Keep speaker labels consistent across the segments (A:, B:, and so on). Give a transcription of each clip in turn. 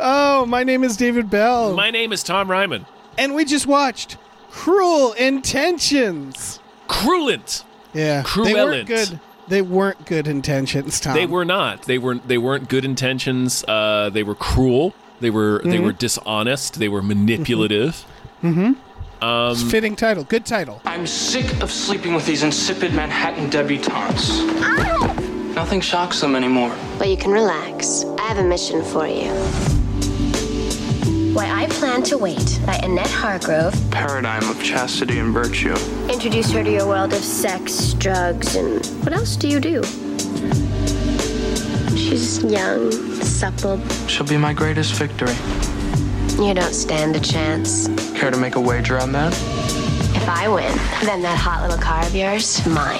A: Oh, my name is David Bell,
B: My name is Tom Ryman.
A: and we just watched Cruel Intentions.
B: Cruelent.
A: Yeah, they
B: Cruelent.
A: weren't good. They weren't good intentions, Tom.
B: They were not. They were they weren't good intentions. Uh, they were cruel. They were they
A: Mm-hmm.
B: were dishonest. They were manipulative. um,
A: It's a fitting title. Good title.
C: I'm sick of sleeping with these insipid Manhattan debutantes. Nothing shocks them anymore.
D: Well, you can relax. I have a mission for you. Why I Plan to Wait by Annette Hargrove.
C: Paradigm of chastity and virtue.
D: Introduce her to your world of sex, drugs, and what else do you do? She's young, supple.
C: She'll be my greatest victory.
D: You don't stand a chance.
C: Care to make a wager on that?
D: If I win, then that hot little car of yours, mine.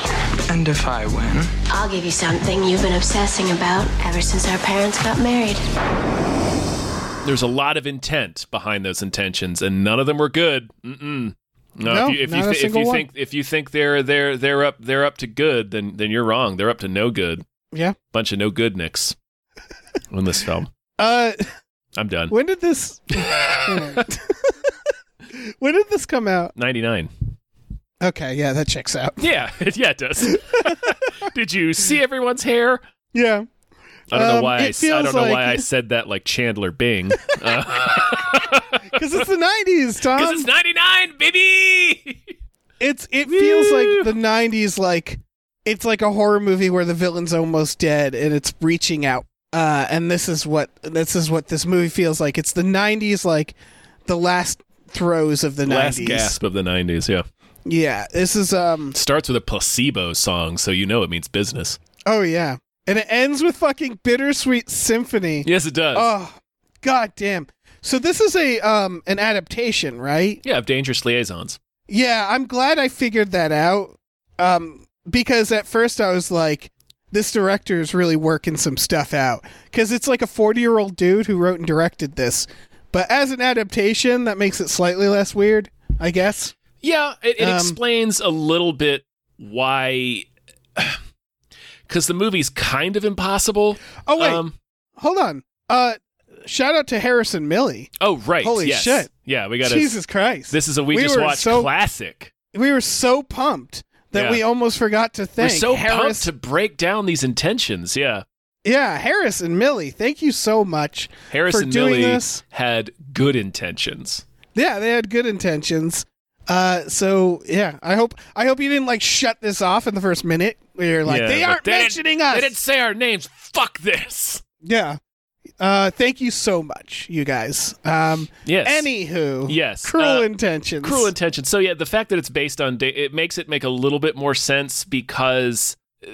C: And if I win,
D: I'll give you something you've been obsessing about ever since our parents got married.
B: There's a lot of intent behind those intentions, and none of them were good. Mm-mm. No,
A: No,
B: if you, if
A: not
B: you,
A: a
B: thi- if
A: single
B: you
A: one.
B: think if you think they're they're they're up they're up to good, then then you're wrong. They're up to no good.
A: Yeah.
B: Bunch of no good nicks in this film.
A: Uh,
B: I'm done.
A: when did this? when did this come out?
B: Ninety nine.
A: Okay, yeah, that checks out.
B: Yeah, yeah, it does. Did you see everyone's hair?
A: Yeah.
B: I don't know
A: Um,
B: why I,
A: it
B: s- I don't
A: feels
B: know why
A: like-
B: I said that like Chandler Bing.
A: Because it's the '90s, Tom.
B: Because it's 99, baby!
A: It's it feels
B: Woo!
A: like the '90s, like it's like a horror movie where the villain's almost dead and it's reaching out. Uh, and this is what this is what this movie feels like. It's the '90s, like the last throes of the
B: Last
A: 90s.
B: gasp of the 90s, yeah.
A: Yeah, this is um.
B: Starts with a placebo song, so you know it means business.
A: Oh yeah, and it ends with fucking bittersweet symphony.
B: Yes, it does.
A: Oh, god damn. So this is a um an adaptation, right?
B: yeah, of Dangerous Liaisons.
A: Yeah, I'm glad I figured that out. Um, because at first I was like, this director is really working some stuff out. Because it's like a 40 year old dude who wrote and directed this. But as an adaptation, that makes it slightly less weird, I guess.
B: Yeah, it, it
A: Um,
B: explains a little bit why. Because the movie's kind of impossible.
A: Oh, wait.
B: Um,
A: Hold on. Uh, shout out to Harrison Millie.
B: oh, right.
A: Holy
B: yes.
A: shit.
B: Yeah, we got to.
A: Jesus Christ.
B: This is a We,
A: We
B: Just
A: were
B: Watched
A: so-
B: classic.
A: we were so pumped that
B: Yeah.
A: we almost forgot to thank
B: We're so pumped
A: Harris-
B: to break down these intentions. Yeah.
A: Yeah, Harris and Millie, thank you so much
B: Harris
A: for
B: and
A: doing
B: Millie
A: this.
B: had good intentions.
A: Yeah, they had good intentions. Uh, so yeah, I hope I hope you didn't like shut this off in the first minute. where You're like
B: Yeah,
A: they
B: but
A: aren't
B: didn't-
A: mentioning us.
B: They didn't say our names. Fuck this.
A: yeah. Uh, thank you so much, you guys. Um,
B: Yes.
A: Anywho,
B: Yes,
A: Cruel
B: uh,
A: intentions.
B: Cruel intention. So yeah, the fact that it's based on da- it makes it make a little bit more sense because uh,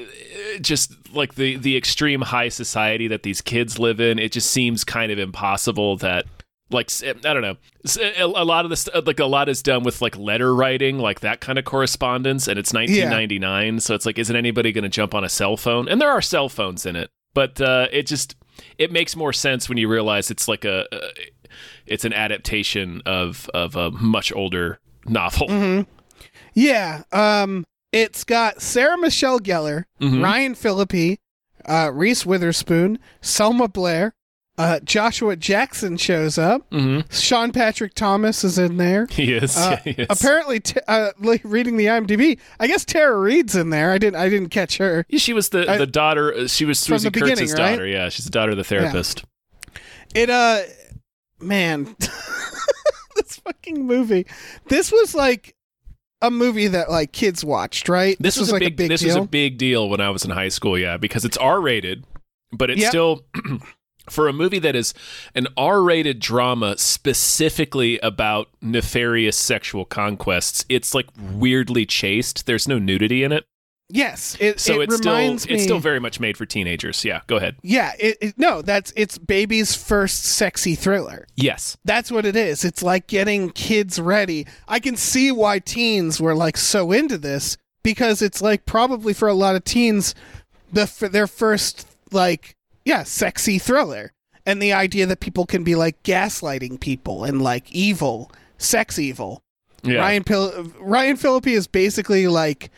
B: just like the the extreme high society that these kids live in, it just seems kind of impossible that like s- I don't know S- a, a lot of this like a lot is done with like letter writing like that kind of correspondence and it's 1999 so it's like isn't anybody going to jump on a cell phone and there are cell phones in it but uh, it just it makes more sense when you realize it's like a, a it's an adaptation of of a much older novel
A: Mm-hmm. Yeah. Um, it's got Sarah Michelle Gellar,
B: Mm-hmm.
A: Ryan Phillippe, uh, Reese Witherspoon, Selma Blair, uh, Joshua Jackson shows up.
B: Mhm.
A: Sean Patrick Thomas is in there.
B: he is,
A: Uh,
B: he is.
A: Apparently, t- uh, like, reading the IMDb, I guess Tara Reid's in there. I didn't. I didn't catch her.
B: Yeah, she was the,
A: I-
B: the daughter uh, she was
A: From
B: Susie
A: the beginning,
B: Kurtz's
A: right?
B: daughter yeah she's the daughter of the therapist
A: It uh, man, this fucking movie. This was like a movie that like kids watched, right?
B: This, was,
A: like
B: a big, this
A: deal.
B: was a big deal when I was in high school, yeah, because it's R rated, but it's
A: Yep.
B: still for a movie that is an R rated drama specifically about nefarious sexual conquests, it's like weirdly chaste. There's no nudity in it.
A: Yes, it,
B: So
A: it
B: it's still
A: reminds me.
B: it's still very much made for teenagers. Yeah, go ahead.
A: yeah, it, it, no, that's it's baby's first sexy thriller.
B: Yes.
A: That's what it is. It's like getting kids ready. I can see why teens were like so into this because it's like probably for a lot of teens, the for their first like yeah sexy thriller, and the idea that people can be like gaslighting people and like evil, sex evil.
B: Yeah.
A: Ryan Pil- Ryan Philippi is basically like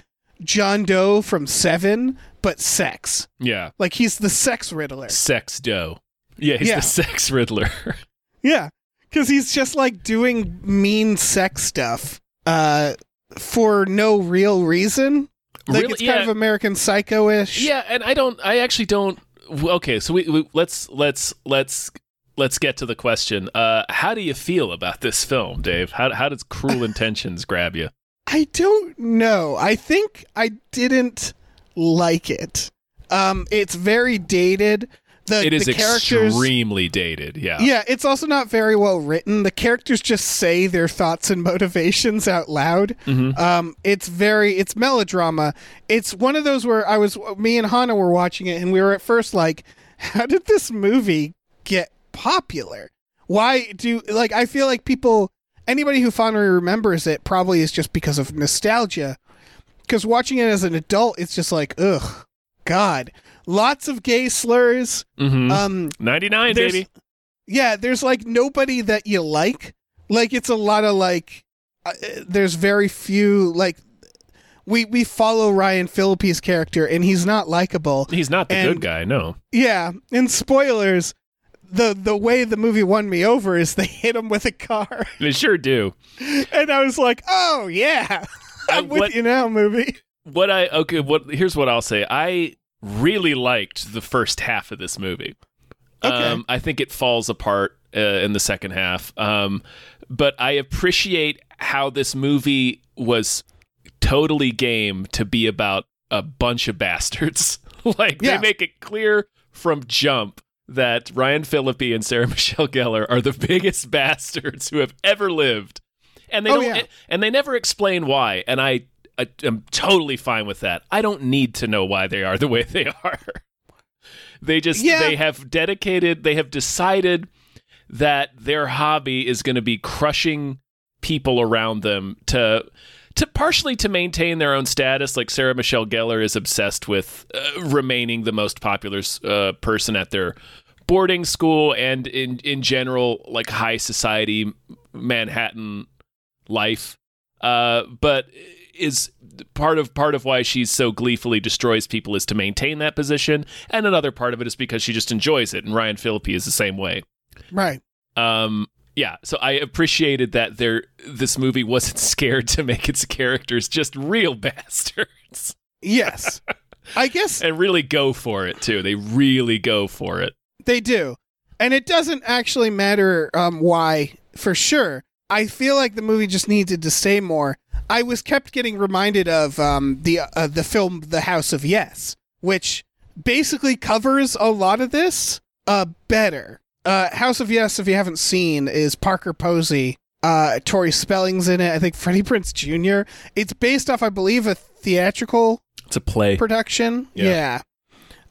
A: John Doe from Seven, but sex.
B: Yeah.
A: Like he's the sex Riddler.
B: Sex dough. Yeah, he's
A: Yeah.
B: the sex riddler.
A: Yeah, because he's just like doing mean sex stuff uh, for no real reason. Like
B: Really?
A: it's kind
B: Yeah.
A: of American Psycho-ish.
B: yeah, and I don't I actually don't Okay, so we, we let's let's let's let's get to the question. Uh how do you feel about this film, Dave? How how does Cruel Intentions grab you?
A: I don't know. I think I didn't like it. Um, it's very dated. The,
B: It is
A: the characters,
B: extremely dated. Yeah.
A: Yeah, it's also not very well written. The characters just say their thoughts and motivations out loud. Um, it's very it's melodrama. It's one of those where I was me and Hannah were watching it, and we were at first like, "How did this movie get popular? Why do like I feel like people anybody who fondly remembers it probably is just because of nostalgia." Because watching it as an adult, it's just like, ugh, God. Lots of gay slurs.
B: Mhm.
A: Um,
B: 99
A: there's-
B: baby.
A: yeah, there's like nobody that you like. Like it's a lot of like uh, there's very few like we we follow Ryan Phillippe's character and he's not likable.
B: He's not the
A: and-
B: good guy, no.
A: Yeah, and spoilers, the the way the movie won me over is they hit him with a car.
B: They sure do.
A: And I was like, "Oh, yeah.
B: I-
A: I'm with
B: what-
A: you now, movie."
B: What I okay, what here's what I'll say. I really liked the first half of this movie.
A: Okay.
B: Um, I think it falls apart uh, in the second half. Um, but I appreciate how this movie was totally game to be about a bunch of bastards. like
A: Yeah.
B: they make it clear from jump that Ryan Phillippe and Sarah Michelle Gellar are the biggest bastards who have ever lived. And they
A: Oh,
B: don't
A: yeah.
B: and they never explain why, and I I am totally fine with that. I don't need to know why they are the way they are. They just
A: Yeah.
B: they have dedicated, they have decided that their hobby is going to be crushing people around them to to partially to maintain their own status. Like Sarah Michelle Gellar is obsessed with uh, remaining the most popular uh, person at their boarding school and in in general like high society Manhattan life. Uh, but is part of part of why she so gleefully destroys people is to maintain that position, and another part of it is because she just enjoys it. And Ryan Phillippe is the same way.
A: Right.
B: Um, yeah, so I appreciated that there this movie wasn't scared to make its characters just real bastards
A: Yes. I guess
B: and really go for it too. They really go for it.
A: They do. And it doesn't actually matter um, why, for sure. I feel like the movie just needed to say more. I was kept getting reminded of um, the uh, the film The House of Yes, which basically covers a lot of this uh, better. Uh, House of Yes, if you haven't seen, is Parker Posey. Uh, Tori Spelling's in it. I think Freddie Prince Jr. It's based off, I believe, a theatrical
B: It's a play.
A: production.
B: Yeah.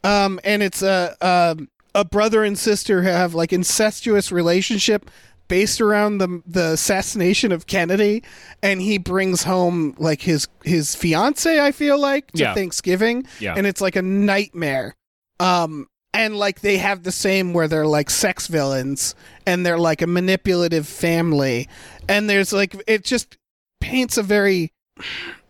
A: Yeah. Um, and it's a um, a brother and sister who have like incestuous relationship based around the the assassination of Kennedy, and he brings home like his his fiance. I feel like to
B: Yeah.
A: Thanksgiving,
B: Yeah.
A: and it's like a nightmare. Um, and like they have the same where they're like sex villains and they're like a manipulative family, and there's like it just paints a very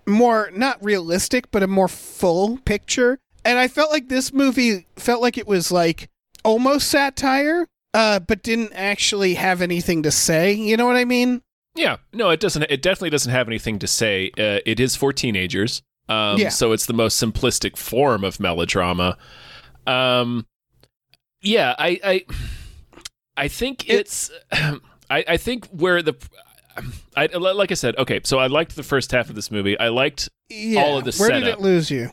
A: more not realistic but a more full picture and i felt like this movie felt like it was like almost satire uh but didn't actually have anything to say you know what i mean
B: Yeah, no, it doesn't. It definitely doesn't have anything to say. Uh, it is for teenagers, um,
A: Yeah.
B: so it's the most simplistic form of melodrama. Um, yeah, I, I, I think it's. I, I think where the, I like I said. Okay, so I liked the first half of this movie. I liked
A: yeah
B: All of the
A: where did
B: setup.
A: it lose you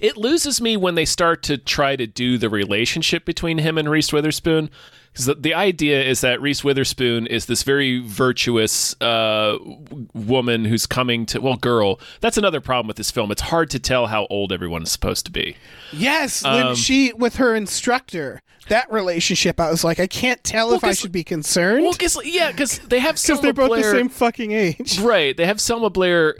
B: It loses me when they start to try to do the relationship between him and Reese Witherspoon. Because the, the idea is that Reese Witherspoon is this very virtuous uh, w- woman who's coming to, well, girl. That's another problem with this film. It's hard to tell how old everyone's supposed to be.
A: Yes,
B: Um,
A: when she with her instructor, that relationship, I was like, I can't tell if I
B: 'cause-
A: should be concerned
B: Well,
A: because
B: cause, yeah, because they have Selma
A: they're both
B: Blair-
A: the same fucking age.
B: Right. They have Selma Blair,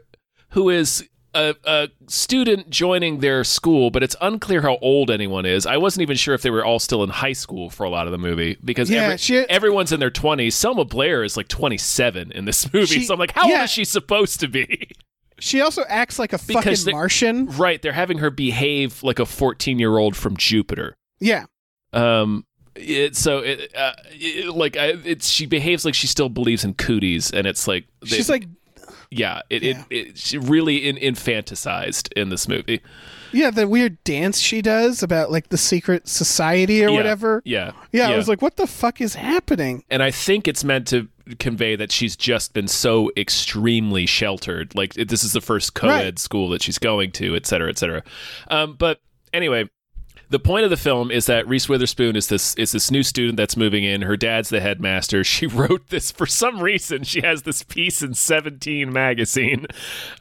B: who is a, a student joining their school, but it's unclear how old anyone is. I wasn't even sure if they were all still in high school for a lot of the movie because
A: Yeah,
B: every-
A: she-
B: everyone's in their 20s. Selma Blair is like 27 in this movie.
A: She-
B: so I'm like, how old
A: yeah.
B: is she supposed to be?
A: She also acts like a
B: Because
A: fucking
B: they-
A: Martian.
B: right. They're having her behave like a 14 year old from Jupiter.
A: Yeah,
B: Um, it, so it, uh, it- like I, it's she behaves like she still believes in cooties, and it's like they-
A: she's like,
B: yeah, it,
A: Yeah.
B: It, it she really in, infanticized in this movie
A: yeah, the weird dance she does about like the secret society or
B: Yeah,
A: whatever.
B: Yeah,
A: yeah, I was like, what the fuck is happening?
B: and I think it's meant to convey that she's just been so extremely sheltered. Like it- this is the first co-ed
A: Right.
B: school that she's going to, et cetera, et cetera. Um, but anyway. The point of the film is that Reese Witherspoon is this is this new student that's moving in. Her dad's the headmaster. She wrote this for some reason. She has this piece in Seventeen magazine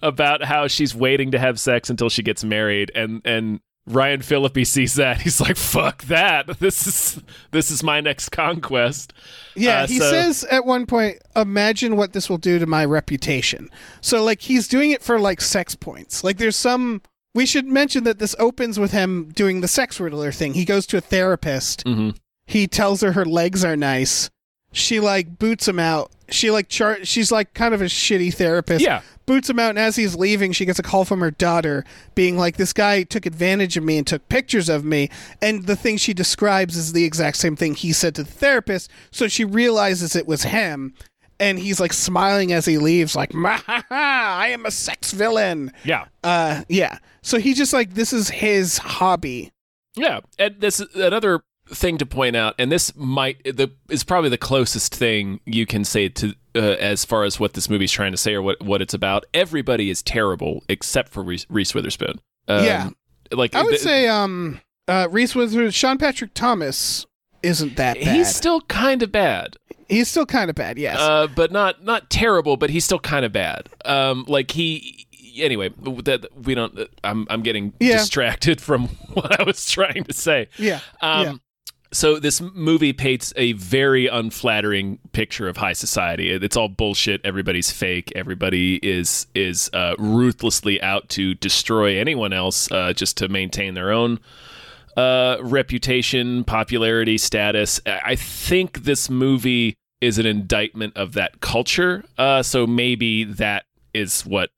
B: about how she's waiting to have sex until she gets married, and and Ryan Phillippe sees that he's like, "Fuck that! This is this is my next conquest."
A: Yeah,
B: Uh,
A: he
B: so-
A: says at one point, imagine what this will do to my reputation. So, like, he's doing it for, like, sex points. Like, there's some. We should mention that this opens with him doing the sex riddler thing. He goes to a therapist.
B: Mhm.
A: He tells her her legs are nice. She, like, boots him out. She, like, char- she's, like, kind of a shitty therapist.
B: Yeah.
A: Boots him out, and as he's leaving, she gets a call from her daughter being like, This guy took advantage of me and took pictures of me. And the thing she describes is the exact same thing he said to the therapist. So she realizes it was him. And he's like smiling as he leaves, like, "Ma ha ha, I am a sex villain.
B: Yeah.
A: Uh, yeah. So he just like, this is his hobby.
B: Yeah, and this another thing to point out, and this might the is probably the closest thing you can say to uh, as far as what this movie's trying to say or what what it's about. Everybody is terrible except for Reese, Reese Witherspoon. Um,
A: Yeah.
B: like
A: I would
B: th-
A: say, um, uh, Reese Witherspoon, Sean Patrick Thomas isn't that bad.
B: he's still kind of bad,
A: he's still kind of bad, yes.
B: uh, but not not terrible. But he's still kind of bad. Um, like he. Anyway, that we don't. I'm I'm getting
A: Yeah.
B: distracted from what I was trying to say.
A: yeah.
B: Um,
A: yeah.
B: So this movie paints a very unflattering picture of high society. It- It's all bullshit. Everybody's fake. Everybody is is uh, ruthlessly out to destroy anyone else uh, just to maintain their own uh, reputation, popularity, status. I I think this movie is an indictment of that culture. Uh, so maybe that is what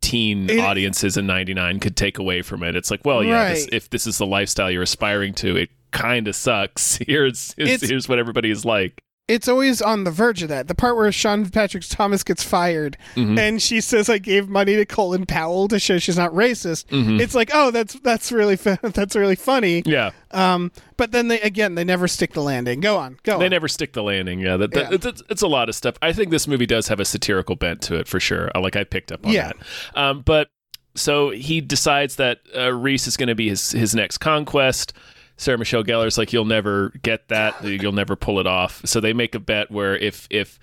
B: teen
A: It-
B: audiences in 99 could take away from it. It's like, well, yeah, this,
A: Right.
B: if this is the lifestyle you're aspiring to, it kind of sucks. Here's, here's
A: It's-
B: here's what everybody is like.
A: it's always on the verge of that. The part where Sean Patrick Thomas gets fired
B: Mm-hmm.
A: and she says, "I gave money to Colin Powell to show she's not racist."
B: Mm-hmm.
A: It's like, oh, that's that's really fu- that's really funny.
B: Yeah,
A: Um, but then they again they never stick the landing. Go on, go
B: they
A: on.
B: never stick the landing. Yeah, that, that,
A: Yeah.
B: It's, it's, it's a lot of stuff. I think this movie does have a satirical bent to it for sure. I- Like I picked up on
A: Yeah.
B: that. Um, but so he decides that uh, Reese is going to be his his next conquest. Sarah Michelle Gellar's like, you'll never get that. You'll never pull it off. So they make a bet where if if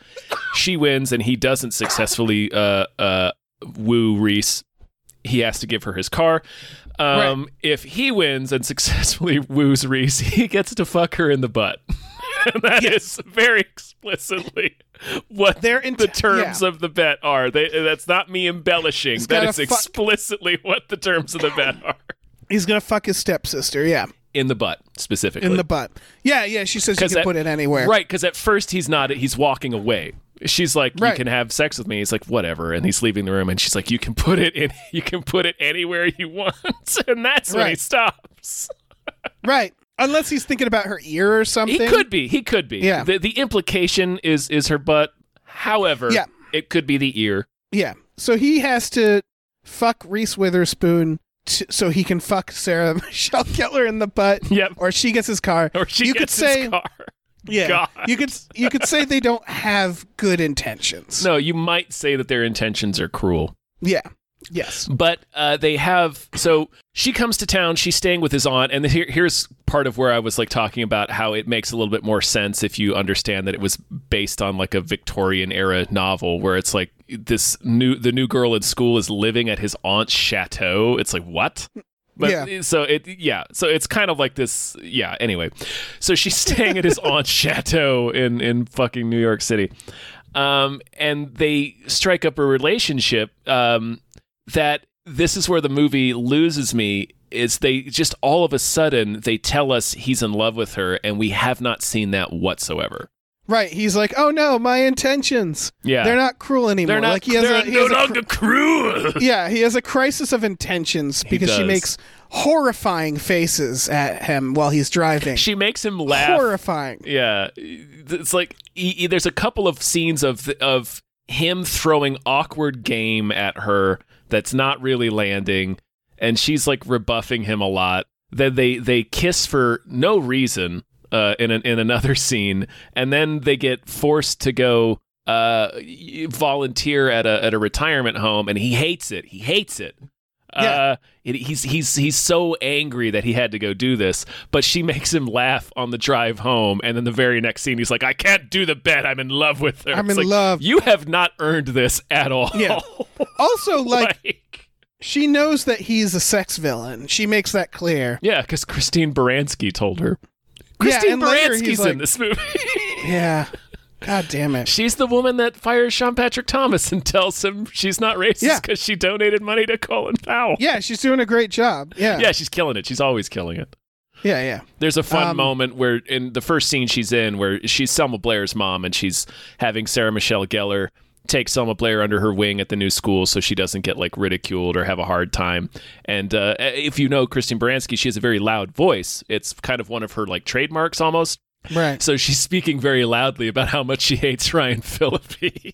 B: she wins and he doesn't successfully uh, uh, woo Reese, he has to give her his car. Um, If he wins and successfully woos Reese, he gets to fuck her in the butt. and that is very explicitly what
A: They're
B: the
A: enti-
B: terms
A: yeah.
B: of the bet are. They, that's not me embellishing. That
A: gotta
B: is
A: fuck-
B: explicitly what the terms of the bet are.
A: He's gonna fuck his stepsister. Yeah,
B: In the butt, specifically.
A: in the butt. Yeah, yeah. She says you can
B: at-
A: put it anywhere.
B: Right, because at first he's not. He's walking away. She's like, "You
A: Right.
B: can have sex with me." He's like, "Whatever," and he's leaving the room. And she's like, "You can put it in. You can put it anywhere you want." And that's when he
A: Right.
B: stops.
A: right. Unless he's thinking about her ear or
B: He
A: something.
B: could be. He could be.
A: Yeah.
B: The, the implication is is her butt. However,
A: Yeah.
B: it could be the ear.
A: Yeah. So he has to fuck Reese Witherspoon t- so he can fuck Sarah Michelle Gellar in the butt.
B: Yep.
A: Or she gets his car.
B: Or she
A: you
B: gets
A: could say,
B: his car.
A: Yeah.
B: God.
A: You could you could say they don't have good intentions.
B: No, you might say that their intentions are cruel.
A: Yeah. Yes.
B: But uh, they have so she comes to town. She's staying with his aunt, and here, here's part of where I was like talking about how it makes a little bit more sense if you understand that it was based on like a Victorian era novel where it's like this new the new girl in school is living at his aunt's chateau. It's like what? But
A: Yeah.
B: so it yeah, so it's kind of like this yeah, anyway. So she's staying at his aunt's chateau in in fucking New York City. Um and they strike up a relationship um that this is where the movie loses me is they just all of a sudden they tell us he's in love with her and we have not seen that whatsoever.
A: Right. He's like, oh no, my intentions.
B: Yeah.
A: They're not cruel anymore.
B: They're not
A: like he has
B: they're
A: a, he
B: no
A: has a cr-
B: longer cruel.
A: yeah, he has a crisis of intentions because she
B: does.
A: makes horrifying faces at him while he's driving.
B: She makes him laugh.
A: horrifying.
B: Yeah, it's like he, he- there's a couple of scenes of of him throwing awkward game at her that's not really landing, and she's like rebuffing him a lot. Then they they kiss for no reason uh, in an, in another scene, and then they get forced to go uh volunteer at a at a retirement home and he hates it he hates it uh, it, he's he's he's so angry that he had to go do this, but she makes him laugh on the drive home, and then the very next scene, he's like, "I can't do the bed. I'm in love with her.
A: I'm
B: It's
A: in
B: like,
A: love.
B: You have not earned this at all.
A: Yeah. Also, like,
B: Like,
A: she knows that he's a sex villain. She makes that clear.
B: yeah, because Christine Baranski told her. Christine
A: and later
B: Baranski's
A: he's
B: in
A: like-
B: this movie.
A: Yeah. God damn it.
B: she's the woman that fires Sean Patrick Thomas and tells him she's not racist
A: Yeah.
B: because she donated money to Colin Powell.
A: Yeah, she's doing a great job. Yeah.
B: yeah, she's killing it. She's always killing it.
A: Yeah, yeah.
B: There's a fun
A: Um,
B: moment where in the first scene she's in, where she's Selma Blair's mom, and she's having Sarah Michelle Gellar take Selma Blair under her wing at the new school, so she doesn't get like ridiculed or have a hard time. And uh, if you know Christine Baranski, she has a very loud voice. It's kind of one of her like trademarks almost.
A: Right.
B: So she's speaking very loudly about how much she hates Ryan Phillippe.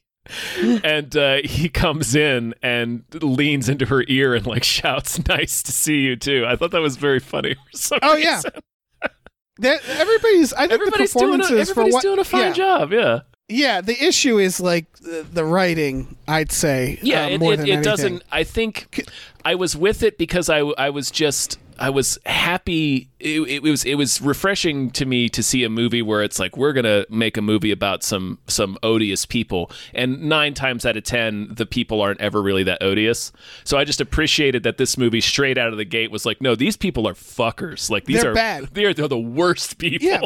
B: and uh, he comes in and leans into her ear and like shouts, "Nice to see you too." I thought that was very funny. For some
A: Oh, yeah.
B: reason.
A: That everybody's I think
B: everybody's
A: the
B: doing a,
A: performances for
B: everybody's
A: what
B: doing a fine
A: yeah.
B: job. Yeah,
A: Yeah, the issue is like the, the writing, I'd say.
B: yeah.
A: uh,
B: it
A: more
B: it,
A: than
B: it
A: anything.
B: doesn't. I think I was with it because I I was just I was happy. It, it was it was refreshing to me to see a movie where it's like we're gonna make a movie about some some odious people, and nine times out of ten the people aren't ever really that odious. So I just appreciated that this movie straight out of the gate was like, no, these people are fuckers. Like these
A: They're
B: are
A: bad.
B: They're they're the worst people.
A: Yeah.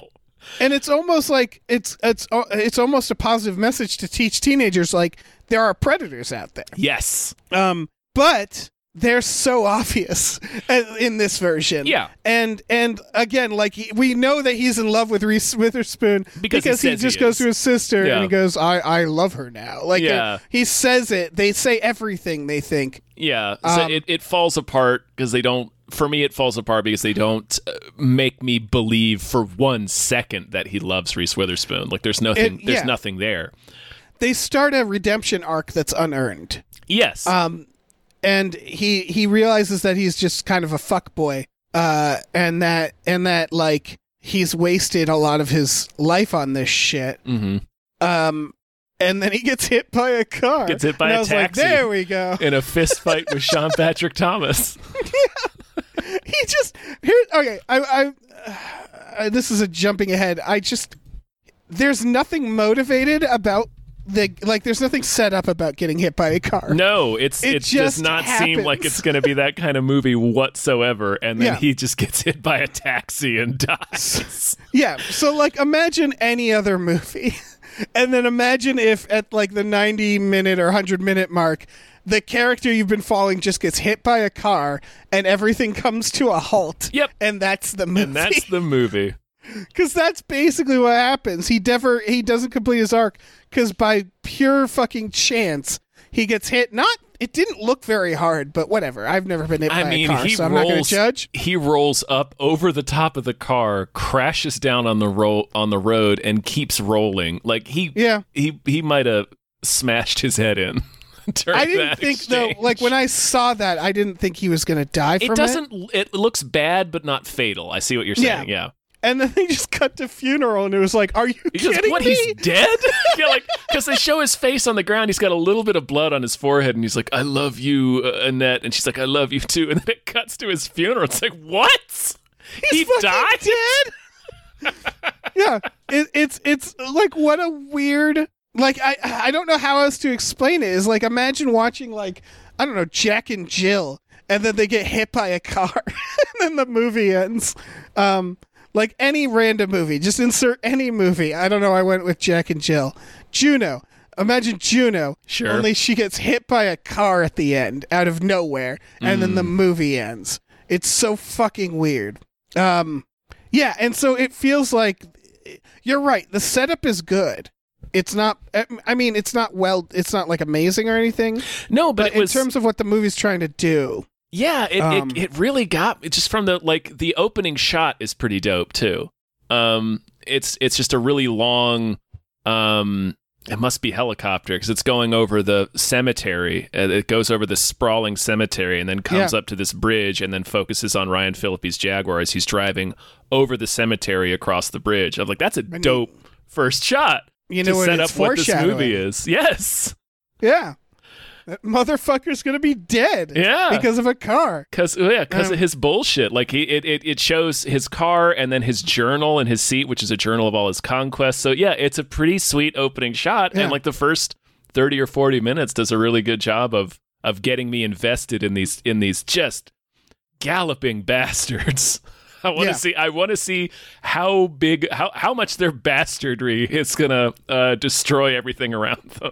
A: And it's almost like it's it's uh, it's almost a positive message to teach teenagers like there are predators out there.
B: Yes.
A: Um, but they're so obvious uh, in this version.
B: Yeah.
A: And and again, like he- we know that he's in love with Reese Witherspoon
B: Because he
A: he,
B: says he
A: just goes
B: is.
A: to his sister
B: Yeah.
A: and he goes, "I I love her now." Like
B: Yeah.
A: uh, he says it. They say everything they think.
B: Yeah, so
A: Um,
B: it, it falls apart because they don't. For me, it falls apart because they don't uh, make me believe for one second that he loves Reese Witherspoon. Like there's nothing.
A: It-
B: There's
A: yeah.
B: nothing there.
A: They start a redemption arc that's unearned.
B: Yes.
A: Um, and he he realizes that he's just kind of a fuck boy uh and that and that like he's wasted a lot of his life on this shit
B: hmm
A: um and then he gets hit by a car
B: Gets hit by
A: and
B: a
A: I was
B: taxi.
A: like there we go
B: In a fist fight with Sean Patrick Thomas.
A: he just here okay i i uh, this is a jumping ahead i just there's nothing motivated about the like there's nothing set up about getting hit by a car
B: No, it's it,
A: It
B: does
A: just
B: not seem like
A: happens.
B: it's going to be that kind of movie whatsoever. And then
A: Yeah.
B: he just gets hit by a taxi and dies.
A: Yeah. So like imagine any other movie. And then imagine if at like the 90 minute or 100 minute mark, the character you've been following just gets hit by a car and everything comes to a halt.
B: Yep.
A: And that's the movie.
B: and that's the movie.
A: Cuz that's basically what happens. He never he doesn't complete his arc cuz by pure fucking chance he gets hit not it didn't look very hard, but whatever. I've never been hit by
B: I mean,
A: a car,
B: he
A: so I'm not going
B: rolls.
A: to judge.
B: He rolls up over the top of the car, crashes down on the roll on the road, and keeps rolling. Like he,
A: Yeah.
B: he he might have smashed his head in. during
A: I didn't
B: that
A: think
B: exchange.
A: though, like when I saw that, I didn't think he was going to die from
B: it doesn't. It looks bad, but not fatal. I see what you're saying. Yeah,
A: And then they just cut to funeral, and it was like, "Are you
B: He's
A: kidding
B: just, what?
A: me?"
B: He's dead. yeah, like because they show his face on the ground. He's got a little bit of blood on his forehead, and he's like, "I love you, uh, Annette," and she's like, "I love you too." And then it cuts to his funeral. It's like, what? he
A: fucking
B: died.
A: dead. yeah, it, it's it's like what a weird like I I don't know how else to explain it. Is like imagine watching like I don't know Jack and Jill, and then they get hit by a car, and then the movie ends. Um, like any random movie, just insert any movie. I don't know. I went with Jack and Jill, Juno. Imagine Juno.
B: Sure.
A: Only she gets hit by a car at the end out of nowhere, and then the
B: Mm.
A: movie ends. It's so fucking weird. Um, yeah, and so it feels like you're right. The setup is good. It's not. eh, I mean, it's not well. It's not like amazing or anything.
B: No, but,
A: But
B: it was
A: in terms of what the movie's trying to do,
B: yeah. It,
A: Um,
B: it it really got it just from the like the opening shot is pretty dope too. Um, it's it's just a really long um. It must be helicopter because it's going over the cemetery. Uh, It goes over this sprawling cemetery and then comes
A: Yeah.
B: up to this bridge and then focuses on Ryan Phillippe's Jaguar as he's driving over the cemetery across the bridge. I'm like, that's a
A: you-
B: dope first shot
A: you
B: to
A: know, what
B: set
A: it's
B: up what this
A: foreshadowing.
B: movie is. Yes,
A: Yeah, that motherfucker's gonna be dead.
B: Yeah.
A: because of a car.
B: Cause oh, yeah, cause of his bullshit. Like he, it, it, it shows his car and then his journal and his seat, which is a journal of all his conquests. So yeah, it's a pretty sweet opening shot,
A: Yeah.
B: and like the first thirty or forty minutes does a really good job of of getting me invested in these in these just galloping bastards. I want to
A: Yeah.
B: see. I want to see how big, how how much their bastardry is gonna uh, destroy everything around them,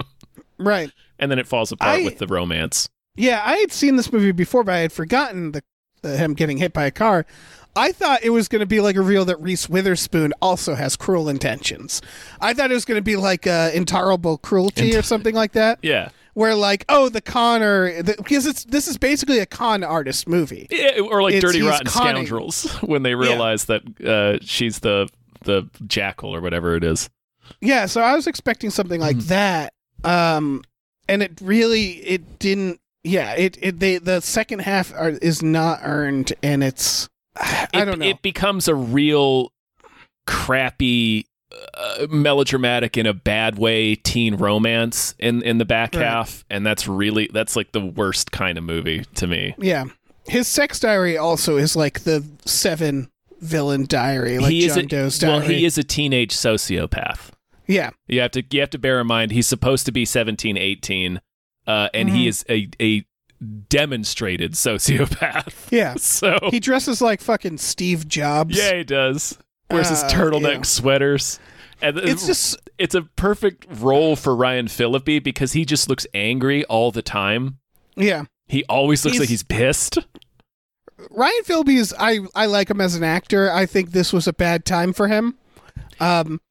A: Right.
B: and then it falls apart
A: I-
B: with the romance.
A: Yeah, I had seen this movie before, but I had forgotten the, the him getting hit by a car. I thought it was going to be like a reel that Reese Witherspoon also has cruel intentions. I thought it was going to be like uh, intolerable cruelty or something like that,
B: Yeah.
A: where like oh the conner the, because it's this is basically a con artist movie.
B: Yeah, or like
A: It's-
B: dirty
A: he's
B: rotten
A: conning.
B: scoundrels when they realize that uh, she's the the jackal or whatever it is.
A: Yeah, so I was expecting something like that, um, and it really it didn't. Yeah, it, it they the second half are, is not earned, and it's I
B: It,
A: don't know.
B: It becomes a real crappy, uh, melodramatic in a bad way teen romance in in the back
A: Right.
B: half, and that's really that's like the worst kind of movie to me.
A: Yeah. His sex diary also is like the seven villain diary, like John
B: a,
A: Doe's diary.
B: well, he is a teenage sociopath.
A: yeah.
B: You have to you have to bear in mind he's supposed to be 17, 18, uh, and
A: Mm-hmm.
B: he is a a demonstrated sociopath.
A: Yeah.
B: So
A: He dresses like fucking Steve Jobs.
B: Yeah, he does. Wears his
A: Uh,
B: turtleneck
A: yeah.
B: sweaters. And
A: It's just
B: it's a perfect role for Ryan Phillippe because he just looks angry all the time.
A: yeah.
B: He always looks
A: He's-
B: like he's pissed.
A: Ryan Phillippe is I I like him as an actor. I think this was a bad time for him. Um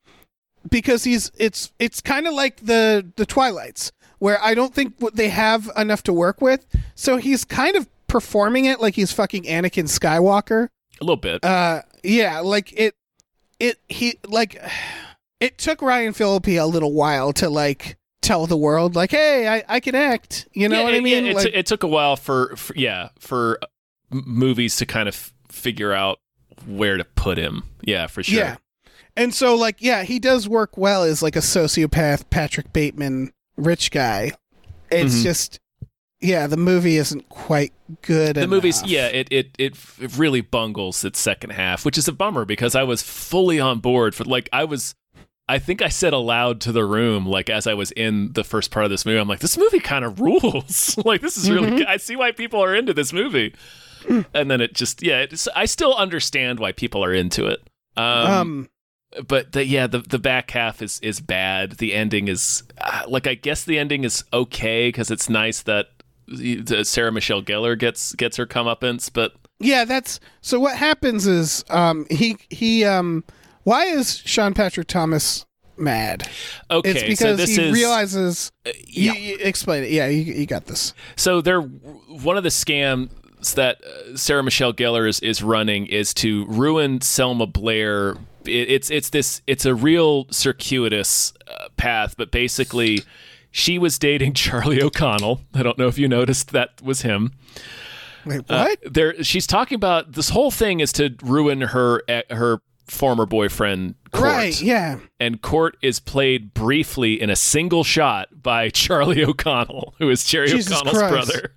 A: because he's it's it's kind of like the the Twilights where I don't think what they have enough to work with. So he's kind of performing it like he's fucking Anakin Skywalker.
B: A little bit.
A: uh yeah like it it he like it took ryan phillippe a little while to like tell the world like hey i, I can act you know
B: Yeah,
A: what
B: yeah,
A: i mean
B: It,
A: like,
B: took- it took a while for, for yeah, for uh, m- movies to kind of f- figure out where to put him. Yeah, for sure.
A: yeah and so like yeah he does work well as like a sociopath patrick bateman rich guy
B: Mm-hmm.
A: it's just yeah the movie isn't quite good
B: the movie's
A: enough.
B: yeah it, it it it really bungles its second half which is a bummer because i was fully on board for like i was i think i said aloud to the room like as i was in the first part of this movie i'm like this movie kind of rules like this is really good. i see why people are into this movie and then it just yeah it's, i still understand why people are into it um
A: um
B: but the, yeah, the the back half is is bad. The ending is uh, like I guess the ending is okay because it's nice that the- the Sarah Michelle Gellar gets gets her comeuppance. But
A: Yeah, that's so. What happens is, um, he he, um, why is Sean Patrick Thomas mad?
B: okay,
A: It's because
B: so this
A: he
B: is uh,
A: realizes.
B: yeah.
A: You, you explain it. Yeah, you, you got this.
B: so they're one of the scams that uh, Sarah Michelle Gellar is, is running is to ruin Selma Blair. It, it's it's this it's a real circuitous uh, path, but basically. She was dating Charlie O'Connell. I don't know if you noticed that was him.
A: Wait, what?
B: Uh, there, she's talking about this whole thing is to ruin her eh, her former boyfriend Court.
A: Right, yeah.
B: And Court is played briefly in a single shot by Charlie O'Connell, who is Jerry
A: Jesus
B: O'Connell's
A: Christ.
B: brother.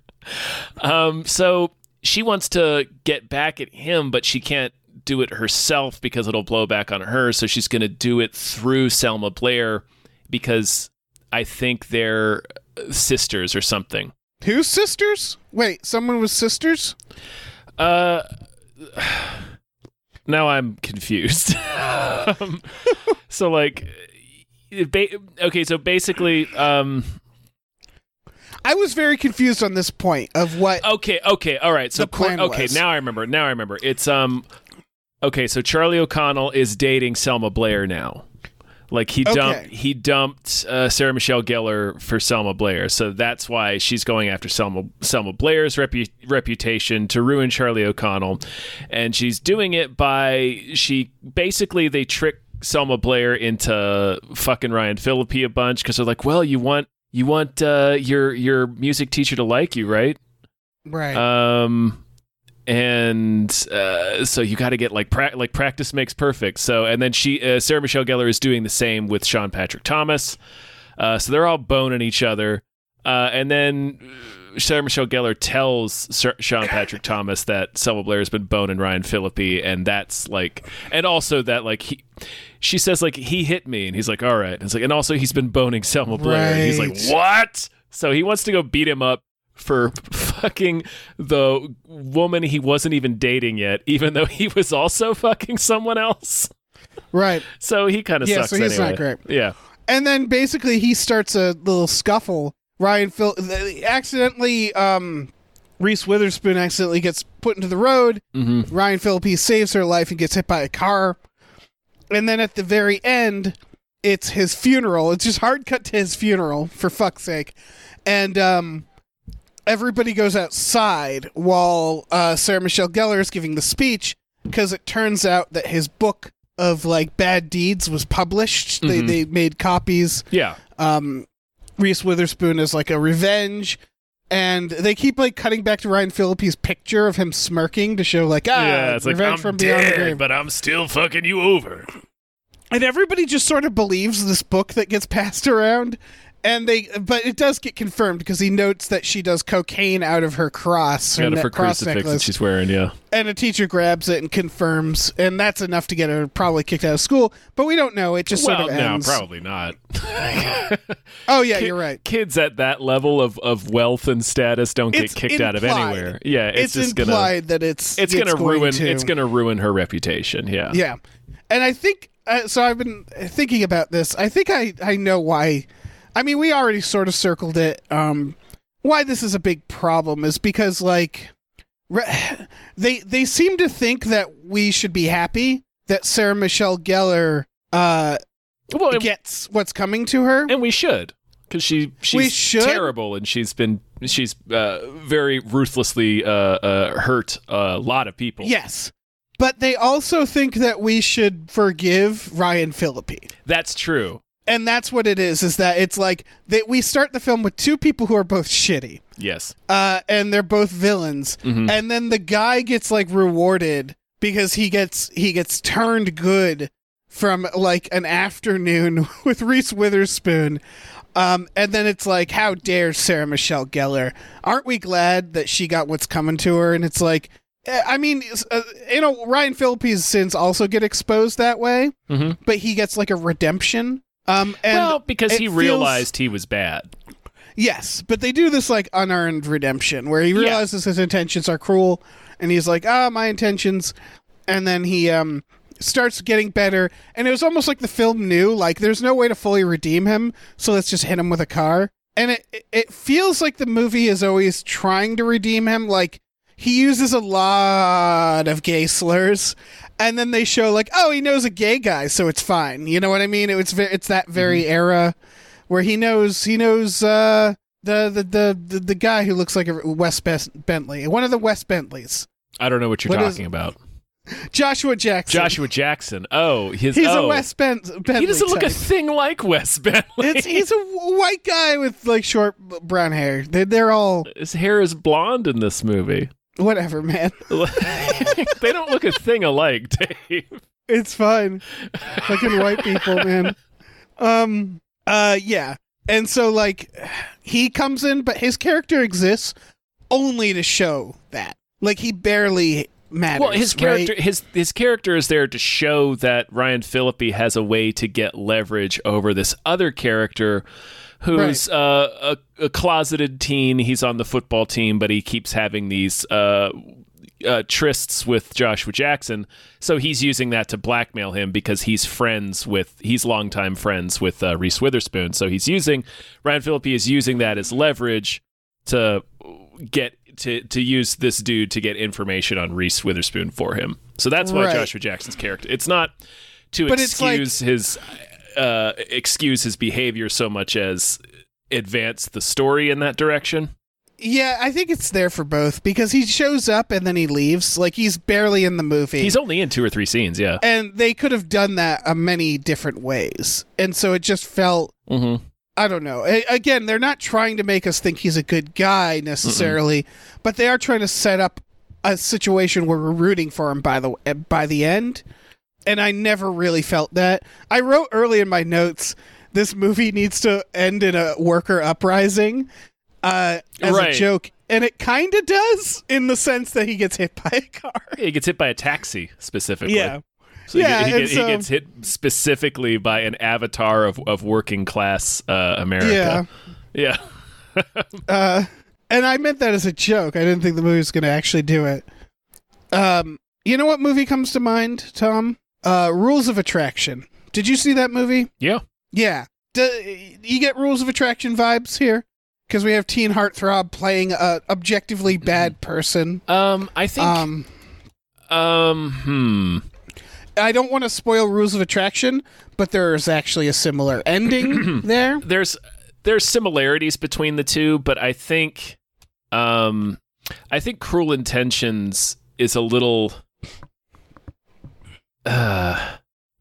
B: Um, so she wants to get back at him, but she can't do it herself because it'll blow back on her. So she's going to do it through Selma Blair because I think they're sisters or something.
A: Who's sisters? Wait, someone was sisters?
B: Uh, now I'm confused. um, so like, it ba- okay, so basically, um,
A: I was very confused on this point of what
B: okay, okay, all right. So
A: The plan
B: okay,
A: was-
B: now I remember. Now I remember. It's um, okay, so Charlie O'Connell is dating Selma Blair now. Like he
A: Okay.
B: dumped he dumped uh, Sarah Michelle Gellar for Selma Blair, so that's why she's going after Selma Selma Blair's repu- reputation to ruin Charlie O'Connell, and she's doing it by she basically they trick Selma Blair into fucking Ryan Phillippe a bunch because they're like, well, you want you want uh, your your music teacher to like you, right?
A: right.
B: Um, and uh, so you got to get like pra- like practice makes perfect. So and then she uh, Sarah Michelle Gellar is doing the same with Sean Patrick Thomas. Uh, so they're all boning each other, uh, and then uh, Sarah Michelle Gellar tells Sir- Sean Patrick Thomas that Selma Blair has been boning Ryan Phillippe, and that's like, and also that like he. She says like he hit me, and he's like, "All right." And it's like, and also he's been boning Selma Blair. And he's like,
A: Right.
B: "What?" So he wants to go beat him up for fucking the woman he wasn't even dating yet, even though he was also fucking someone else.
A: right.
B: So he kind of
A: Yeah,
B: sucks
A: so he's
B: anyway.
A: not great.
B: Yeah.
A: And then basically he starts a little scuffle. Ryan Phil th- accidentally um Reese Witherspoon accidentally gets put into the road. Mm-hmm. Ryan Phillippe saves her life and gets hit by a car. And then at the very end, it's his funeral. It's just hard cut to his funeral for fuck's sake. And um everybody goes outside while uh, Sarah Michelle Gellar is giving the speech because it turns out that his book of like bad deeds was published.
B: Mm-hmm.
A: They they made copies.
B: Yeah.
A: Um, Reese Witherspoon is like a revenge, and they keep like cutting back to Ryan Phillippe's picture of him smirking to show like ah
B: yeah. It's like
A: revenge
B: I'm
A: from beyond the
B: dead,
A: grave.
B: but I'm still fucking you over.
A: and everybody just sort of believes this book that gets passed around. And they, but it does get confirmed because he notes that she does cocaine out of her cross, her
B: Got it
A: ne-
B: for
A: cross
B: crucifix that
A: necklace.
B: she's wearing. Yeah.
A: and a teacher grabs it and confirms, and that's enough to get her probably kicked out of school. But we don't know. It just
B: well,
A: sort of ends.
B: no, probably not.
A: Oh yeah, you're right.
B: Kids at that level of, of wealth and status don't get
A: It's
B: kicked out of
A: implied.
B: anywhere. Yeah. It's,
A: It's,
B: just gonna.
A: implied that it's
B: It's, gonna
A: going
B: ruin.
A: to-
B: It's gonna ruin her reputation. Yeah.
A: yeah. And I think uh, so. I've been thinking about this. I think I I know why. I mean, we already sort of circled it. Um, why this is a big problem is because like re- they they seem to think that we should be happy that Sarah Michelle Gellar uh
B: Well, and,
A: gets what's coming to her.
B: and we should, because she she's
A: We should.
B: terrible, and she's been she's uh, very ruthlessly uh, uh, hurt a lot of people.
A: Yes. But they also think that we should forgive Ryan Phillippe.
B: That's true.
A: And that's what it is, is that it's like that we start the film with two people who are both shitty.
B: Yes.
A: Uh, and they're both villains.
B: Mm-hmm.
A: And then the guy gets like rewarded because he gets he gets turned good from like an afternoon with Reese Witherspoon. Um, and then it's like, how dare Sarah Michelle Gellar? Aren't we glad that she got what's coming to her? And it's like, eh, I mean, it's, uh, you know, Ryan Phillippe's sins also get exposed that way, but he gets like a redemption. Um, and
B: Mm-hmm. well, because
A: it
B: he
A: feels-
B: realized he was bad.
A: Yes, but they do this like unearned redemption where he realizes his intentions are cruel and he's like, "Ah, my intentions." And then he um starts getting better and it was almost like the film knew like there's no way to fully redeem him, so let's just hit him with a car. And it it- it feels like the movie is always trying to redeem him like he uses a lot of gay slurs and then they show like, "Oh, he knows a gay guy, so it's fine." You know what I mean? It was ve- it's that very era where he knows he knows uh, the, the the the the guy who looks like a West Best Bentley, one of the West Bentleys,
B: I don't know what you're
A: What is-
B: talking about.
A: Joshua Jackson.
B: Joshua Jackson. Oh, his
A: he's
B: oh.
A: a West Ben- Bentley.
B: He doesn't look a
A: type.
B: thing like Wes Bentley.
A: It's, he's a w- white guy with like short b- brown hair. They're, they're all
B: his hair is blonde in this movie.
A: Whatever, man.
B: they don't look a thing alike, Dave.
A: It's fine. Fucking white people, man. Um uh yeah. And so like he comes in but his character exists only to show that. Like he barely matters.
B: Well, his character
A: right?
B: his his character is there to show that Ryan Phillippe has a way to get leverage over this other character who's uh, a, a closeted teen. He's on the football team, but he keeps having these uh, uh, trysts with Joshua Jackson. So he's using that to blackmail him because he's friends with he's longtime friends with uh, Reese Witherspoon. So he's using Ryan Phillippe is using that as leverage to get to to use this dude to get information on Reese Witherspoon for him. So that's why
A: Right.
B: Joshua Jackson's character. It's not to
A: But it's like-
B: excuse his uh, excuse his behavior so much as advance the story in that direction.
A: Yeah, I think it's there for both because he shows up and then he leaves. Like he's barely in the movie.
B: He's only in two or three scenes, yeah.
A: and they could have done that a many different ways. And so it just felt
B: hmm
A: I don't know. A- Again, they're not trying to make us think he's a good guy necessarily, but they are trying to set up a situation where we're rooting for him by the uh, by the end. And I never really felt that. I wrote early in my notes this movie needs to end in a worker uprising uh, as
B: Right.
A: a joke, and it kind of does in the sense that he gets hit by a car.
B: He gets hit by a taxi specifically.
A: Yeah.
B: So he- he,
A: Yeah, and
B: get- he
A: so-
B: gets hit specifically by an avatar of, of working class uh, America. Yeah.
A: Uh, and I meant that as a joke. I didn't think the movie was going to actually do it. Um, you know what movie comes to mind, Tom? Uh, Rules of Attraction. Did you see that movie?
B: Yeah.
A: Yeah. D- you get Rules of Attraction vibes here because we have teen heartthrob playing a objectively bad person.
B: Um, I think. Um,
A: Um,
B: hmm.
A: I don't want to spoil Rules of Attraction, but there is actually a similar ending there.
B: There's there's similarities between the two, but I think, um, I think Cruel Intentions is a little. Uh,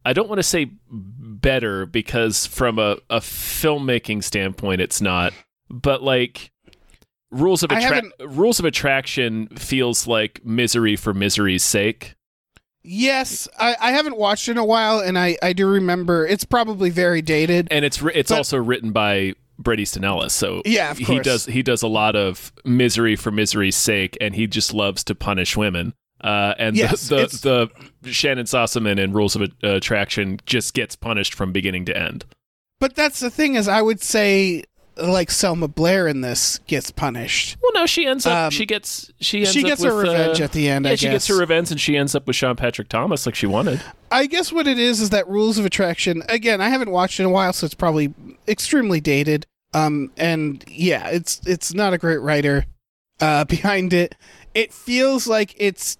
B: I don't want to say better because from a, a filmmaking standpoint, it's not. But like rules of
A: I
B: attra-
A: haven't-
B: rules of attraction feels like misery for misery's sake.
A: Yes, I, I haven't watched it in a while, and I, I do remember it's probably very dated.
B: and it's ri- it's
A: But-
B: also written by Brett Easton Ellis. So
A: Yeah, of
B: he
A: course.
B: does he does a lot of misery for misery's sake, and he just loves to punish women. Uh, and
A: Yes,
B: the,
A: it's-
B: the, the Shannon Sossaman in Rules of Attraction just gets punished from beginning to end.
A: But that's the thing is, I would say like Selma Blair in this gets punished.
B: Well, no, she ends up
A: Um,
B: she gets she ends
A: She
B: up
A: gets her
B: with, uh,
A: revenge at the end.
B: yeah,
A: I
B: she
A: guess.
B: gets her revenge, and she ends up with Sean Patrick Thomas like she wanted.
A: I guess what it is is that Rules of Attraction. Again, I haven't watched it in a while, so it's probably extremely dated. Um, and yeah, it's it's not a great writer. Uh, behind it, it feels like it's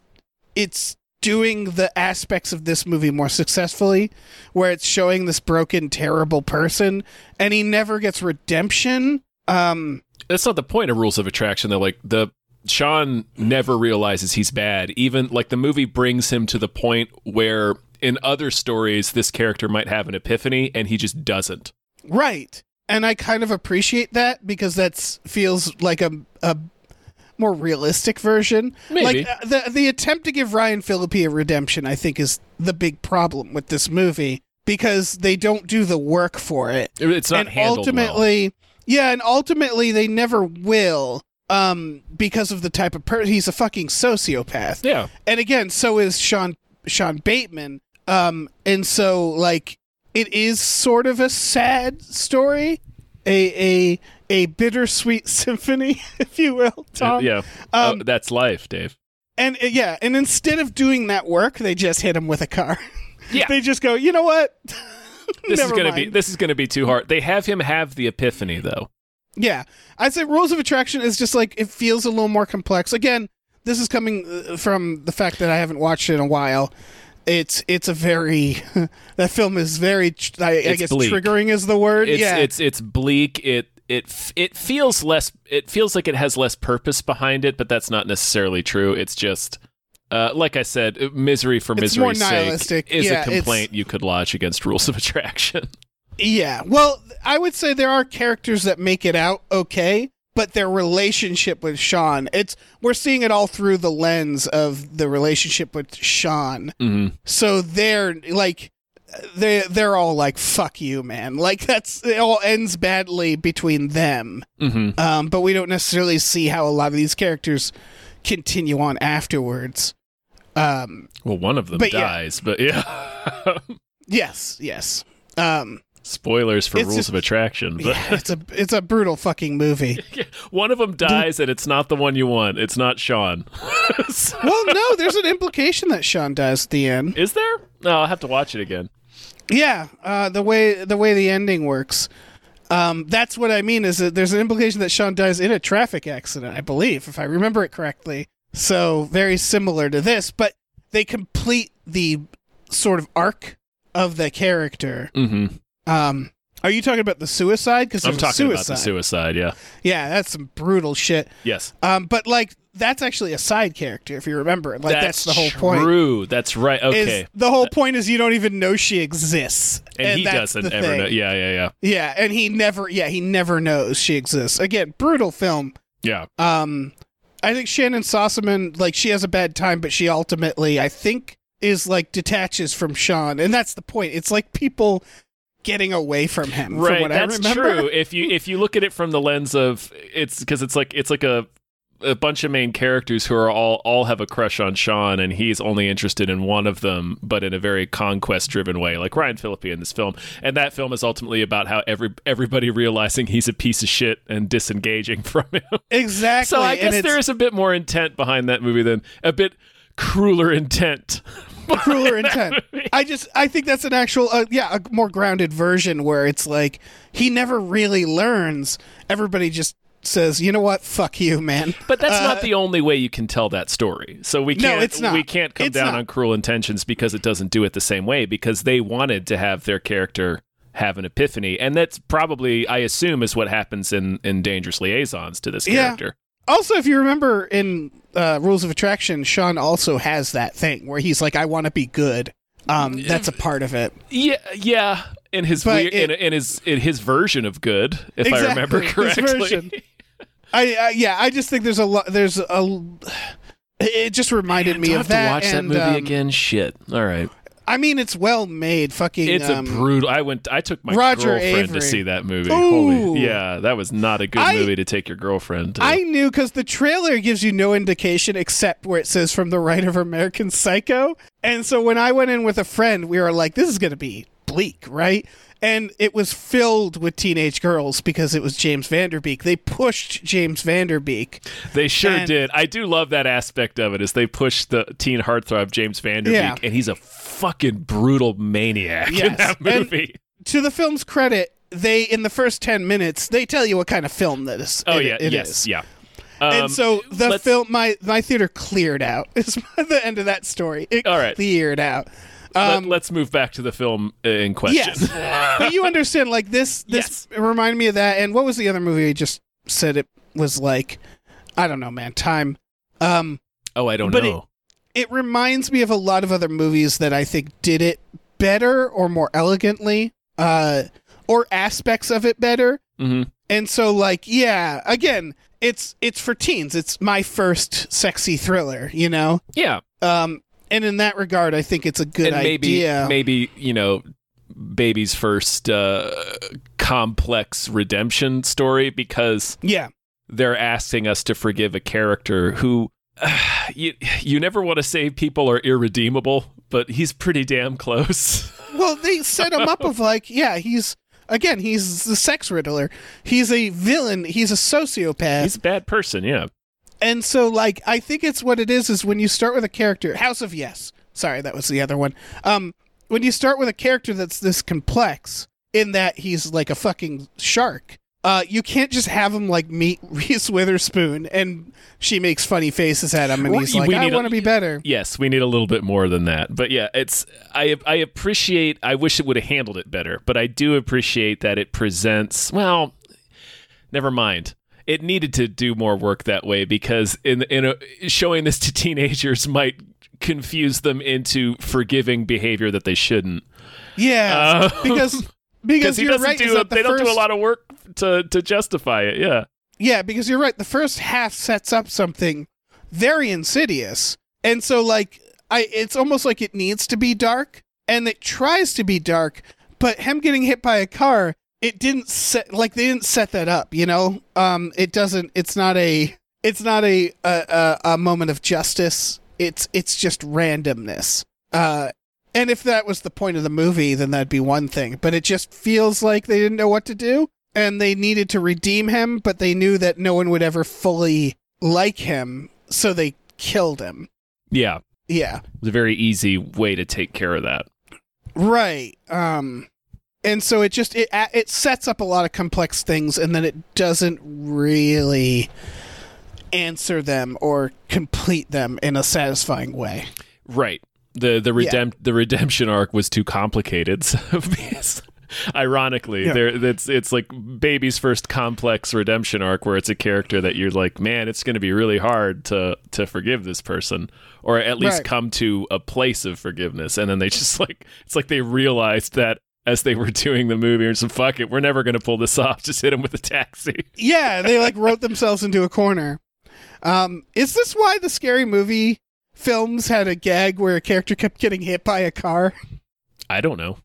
A: it's doing the aspects of this movie more successfully, where it's showing this broken, terrible person, and he never gets redemption. Um,
B: that's not the point of rules of attraction though like the sean never realizes he's bad even like the movie brings him to the point where in other stories this character might have an epiphany and he just doesn't
A: Right. And I kind of appreciate that because that's feels like a a more realistic version.
B: Maybe.
A: Like uh, the the attempt to give Ryan Phillippe a redemption I think is the big problem with this movie because they don't do the work for it.
B: it's not
A: and
B: handled well.
A: ultimately Yeah, and ultimately they never will um because of the type of person he's a fucking sociopath
B: yeah
A: and again, so is Sean Sean Bateman. Um, and so like it is sort of a sad story, a a a bittersweet symphony, if you will, Tom.
B: yeah Oh,
A: Um,
B: that's life dave
A: And uh, yeah, and instead of doing that work, they just hit him with a car.
B: Yeah.
A: they just go, you know what?
B: this is
A: Never
B: gonna be
A: mind."
B: this is gonna be too hard they have him have the epiphany though
A: Yeah, I'd say Rules of Attraction is just like it feels a little more complex. Again, this is coming uh, from the fact that I haven't watched it in a while. It's it's a very that film is very tr- I, I
B: It's
A: guess
B: bleak.
A: triggering is the word.
B: it's
A: yeah,
B: it's it's bleak it it f- it feels less it feels like it has less purpose behind it but that's not necessarily true it's just uh, like I said, uh, misery for
A: It's
B: misery's
A: more
B: sake
A: nihilistic.
B: is
A: Yeah,
B: a
A: it's-
B: complaint you could lodge against rules of attraction.
A: yeah. Well, I would say there are characters that make it out okay, but their relationship with Sean. It's we're seeing it all through the lens of the relationship with Sean. So they're like they they're all like fuck you, man. Like that's it all ends badly between them. Mm-hmm. Um, but we don't necessarily see how a lot of these characters continue on afterwards.
B: Well, one of them
A: But yeah.
B: dies, but yeah.
A: Yes, yes. Um,
B: Spoilers for
A: It's
B: rules
A: just-
B: of attraction. But
A: yeah, it's a it's a brutal fucking movie.
B: one of them dies, and it's not the one you want. It's not Sean. So-
A: Well, no, there's an implication that Sean dies at the end.
B: is there? No, I'll have to watch it again.
A: Yeah, uh, the way the way the ending works. Um, that's what I mean is that there's an implication that Sean dies in a traffic accident, I believe, if I remember it correctly. So very similar to this, but they complete the sort of arc of the character.
B: Mm-hmm.
A: Um, are you talking about the suicide? Because
B: I'm talking
A: suicide.
B: about the suicide. Yeah.
A: Yeah, that's some brutal shit.
B: Yes.
A: Um, but like that's actually a side character if you remember. it. Like that's, the whole point.
B: True. That's right. Okay.
A: Is the whole point is you don't even know she exists,
B: and, he
A: that's
B: doesn't
A: the
B: ever
A: thing.
B: know. Yeah. Yeah. Yeah.
A: Yeah, and he never. Yeah, he never knows she exists. Again, brutal film.
B: Yeah.
A: Um, I think Shannon Sossaman, like, she has a bad time, but she ultimately, I think, is like detaches from Sean, and that's the point. It's like people getting away from him. from
B: right
A: what I
B: that's
A: remember.
B: true if you if you look at it from the lens of it's because it's like it's like a a bunch of main characters who are all all have a crush on Sean and he's only interested in one of them but in a very conquest driven way like Ryan Phillippe in this film and that film is ultimately about how every everybody realizing he's a piece of shit and disengaging from him
A: Exactly.
B: so I
A: and
B: guess
A: it's
B: there is a bit more intent behind that movie than a bit crueler intent
A: crueler intent. I just I think that's an actual uh, yeah a more grounded version where it's like he never really learns. Everybody just says, you know what, fuck you, man.
B: But that's not the only way you can tell that story. So we
A: Uh, No,
B: can't
A: it's not.
B: we can't come
A: It's
B: down
A: not.
B: on cruel intentions because it doesn't do it the same way because they wanted to have their character have an epiphany and that's probably I assume is what happens in in Dangerous Liaisons to this
A: Yeah.
B: character.
A: Also, if you remember in uh, Rules of Attraction, Sean also has that thing where he's like, I want to be good. Um, that's a part of it.
B: Yeah, yeah, in his
A: But
B: weird, in,
A: it-
B: in his in his version of good, if I remember
A: Exactly, his
B: correctly.
A: version. I, I yeah, I just think there's a lot. There's a. It just reminded me
B: Do I
A: of
B: have
A: that.
B: to watch
A: and,
B: that movie
A: um,
B: again. Shit. All right.
A: I mean, it's well made. Fucking.
B: It's
A: um,
B: a brutal. I went. I took my
A: Roger
B: girlfriend
A: Avery.
B: to see that movie.
A: Ooh.
B: Holy, yeah, that was not a good
A: I-
B: movie to take your girlfriend. To.
A: I knew because the trailer gives you no indication except where it says from the writer of American Psycho. And so when I went in with a friend, we were like, this is going to be bleak, right? And it was filled with teenage girls because it was James Vanderbeek. They pushed James Vanderbeek.
B: they sure
A: and-
B: did. I do love that aspect of it. Is they pushed the teen heartthrob James Vanderbeek,
A: Yeah.
B: and he's a fucking brutal maniac in
A: Yes,
B: that
A: and-
B: movie.
A: To the film's credit, they, in the first 10 minutes, they tell you what kind of film that is.
B: oh
A: it-
B: yeah,
A: it
B: yes,
A: is.
B: yeah. Um,
A: and so the
B: let's-
A: film, my, my theater cleared out. Is the end of that story. It
B: All right.
A: cleared out. Um,
B: let, us move back to the film uh, in question.
A: Yes, but you understand, like this. This reminded me of that. And what was the other movie I just said? It was like, I don't know, man. Time. Um,
B: oh, I don't
A: But it-
B: know.
A: it reminds me of a lot of other movies that I think did it better or more elegantly, uh, or aspects of it better.
B: Mhm.
A: And so, like, yeah, again, it's it's for teens. It's my first sexy thriller, you know.
B: yeah,
A: Um, and in that regard, I think it's a good
B: and maybe
A: idea.
B: maybe you know baby's first uh, complex redemption story because
A: yeah,
B: they're asking us to forgive a character who you, you never want to say people are irredeemable, but he's pretty damn close.
A: Well, they set him up of like, yeah, he's again, he's the sex riddler. He's a villain. He's a sociopath.
B: he's a bad person, yeah.
A: and so, like, I think it's what it is. Is when you start with a character, House of Yes. Sorry, that was the other one. Um, when you start with a character that's this complex, in that he's like a fucking shark. Uh, you can't just have him like meet Reese Witherspoon and she makes funny faces at him, and
B: Well,
A: he's like,
B: we
A: "I
B: need a-
A: want to be better."
B: Yes, we need a little bit more than that. But yeah, it's I I appreciate I wish it would have handled it better, but I do appreciate that it presents well, never mind. It needed to do more work that way because in in a, showing this to teenagers might confuse them into forgiving behavior that they shouldn't.
A: Yeah,
B: Uh,
A: because because
B: he
A: you're
B: doesn't
A: right. is
B: do a,
A: that the
B: they don't do a
A: first-
B: lot of work to to justify it. Yeah,
A: Yeah, because you're right. The first half sets up something very insidious. And so like I it's almost like it needs to be dark and it tries to be dark, but him getting hit by a car, it didn't set like they didn't set that up, you know? Um it doesn't it's not a it's not a a, a, a moment of justice. It's it's just randomness. Uh and if that was the point of the movie, then that'd be one thing. But it just feels like they didn't know what to do and they needed to redeem him, but they knew that no one would ever fully like him, so they killed him.
B: Yeah.
A: Yeah.
B: It was a very easy way to take care of that.
A: Right. Um and so it just it it sets up a lot of complex things and then it doesn't really answer them or complete them in a satisfying way.
B: Right. The the redemp- the redemption arc was too complicated. So because- ironically
A: Yeah.
B: there it's it's like baby's first complex redemption arc where it's a character that you're like man it's going to be really hard to to forgive this person or at least
A: Right.
B: come to a place of forgiveness and then they just like it's like they realized that as they were doing the movie or some fuck it we're never going to pull this off just hit him with a taxi
A: Yeah, they like wrote themselves into a corner. Um is this why the scary movie films had a gag where a character kept getting hit by a car?
B: i don't know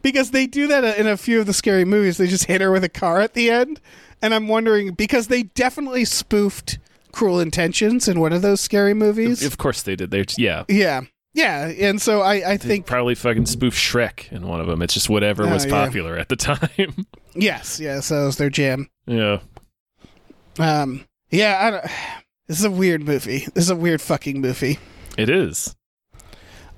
A: because they do that in a few of the scary movies. They just hit her with a car at the end, and I'm wondering because they definitely spoofed Cruel Intentions in one of those scary movies.
B: of course they did they yeah
A: yeah, yeah, and so I, I
B: they
A: think
B: probably fucking spoofed Shrek in one of them. It's just whatever
A: Oh,
B: was
A: yeah.
B: popular at the time.
A: yes, yes, that was their jam.
B: yeah.
A: Um, yeah, I don't. This is a weird movie. This is a weird fucking movie.
B: It is.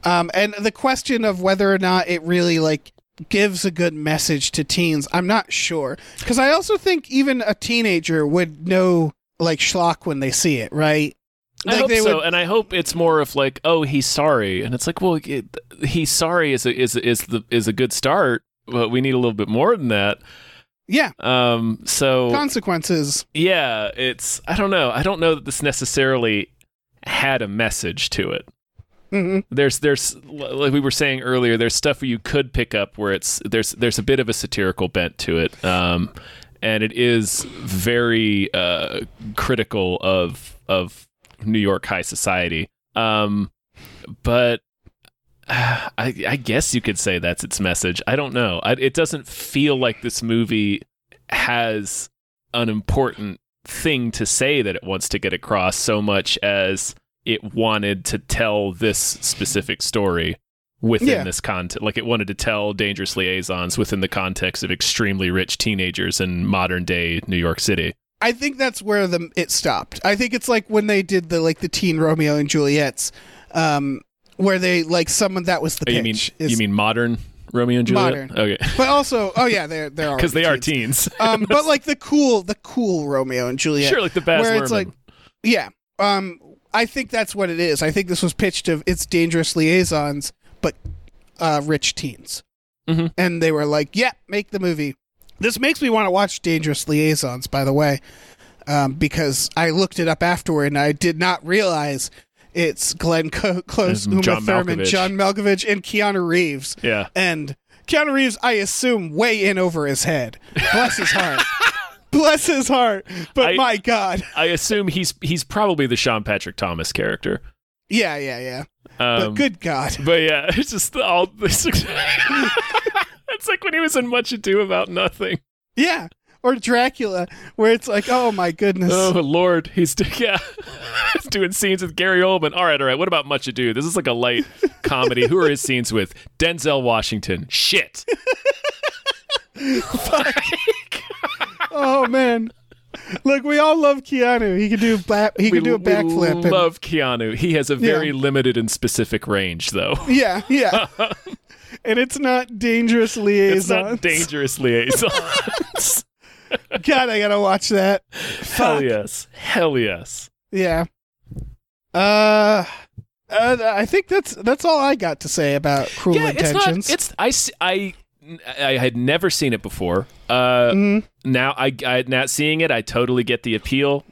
A: Um, and the question of whether or not it really like gives a good message to teens, I'm not sure. Because I also think even a teenager would know like schlock when they see it, right?
B: I hope
A: they
B: so,
A: would,
B: and I hope it's more of like, oh, he's sorry, and it's like, well, it, he's sorry is a, is is the is a good start, but we need a little bit more than that.
A: yeah.
B: Um, so
A: Consequences,
B: yeah, it's I don't know, I don't know that this necessarily had a message to it.
A: Mhm.
B: There's there's like we were saying earlier, there's stuff you could pick up where it's there's there's a bit of a satirical bent to it, um, and it is very uh, critical of of New York high society. Um, but uh, I, I guess you could say that's its message. I don't know. I, it doesn't feel like this movie has an important thing to say that it wants to get across so much as it wanted to tell this specific story within
A: Yeah.
B: this context. Like it wanted to tell dangerous liaisons within the context of extremely rich teenagers in modern day New York City.
A: I think that's where the it stopped. I think it's like when they did the like the teen Romeo and Juliet's, um, where they like someone that was the
B: Oh,
A: pitch.
B: you mean
A: is-
B: you mean modern Romeo and Juliet?
A: Modern.
B: Okay.
A: But also, oh yeah, they're they're
B: Because they are teens.
A: um, but like the cool, the cool Romeo and Juliet.
B: Sure, like the Baz
A: where it's
B: Luhrmann.
A: like, yeah. Um, I think that's what it is. I think this was pitched of it's dangerous liaisons, but uh, rich teens,
B: Mhm.
A: and they were like, "Yeah, make the movie." This makes me want to watch Dangerous Liaisons, by the way, um, because I looked it up afterward and I did not realize it's Glenn Co- Close,
B: And
A: Uma
B: John
A: Thurman,
B: Malkovich.
A: John Malkovich, and Keanu Reeves
B: yeah.
A: and Keanu Reeves, I assume, way in over his head. Bless his heart. Bless his heart. But
B: I-
A: my God.
B: I assume he's he's probably the Sean Patrick Thomas character.
A: Yeah, yeah, yeah. But
B: Um,
A: good God.
B: But yeah, it's just all this. it's like when he was in Much Ado About Nothing.
A: Yeah. Or Dracula, where it's like, oh my goodness.
B: Oh Lord, he's do- yeah, He's doing scenes with Gary Oldman. All right, all right. What about Much Ado? This is like a light comedy. Who are his scenes with? Denzel Washington. Shit.
A: Oh man. Look, we all love Keanu. He can do ba- he can do a backflip.
B: We
A: and-
B: love Keanu. He has a very
A: Yeah.
B: limited and specific range, though.
A: yeah, yeah. and it's not dangerous
B: It's
A: liaisons.
B: not dangerous liaisons.
A: God, I gotta watch that.
B: Hell yes. Hell yes.
A: Yeah. Uh, uh, I think that's that's all I got to say about cruel
B: yeah, it's not.
A: intentions.
B: It's I s- I- I had never seen it before. Uh,
A: Mm-hmm.
B: Now I, I not seeing it, I totally get the appeal.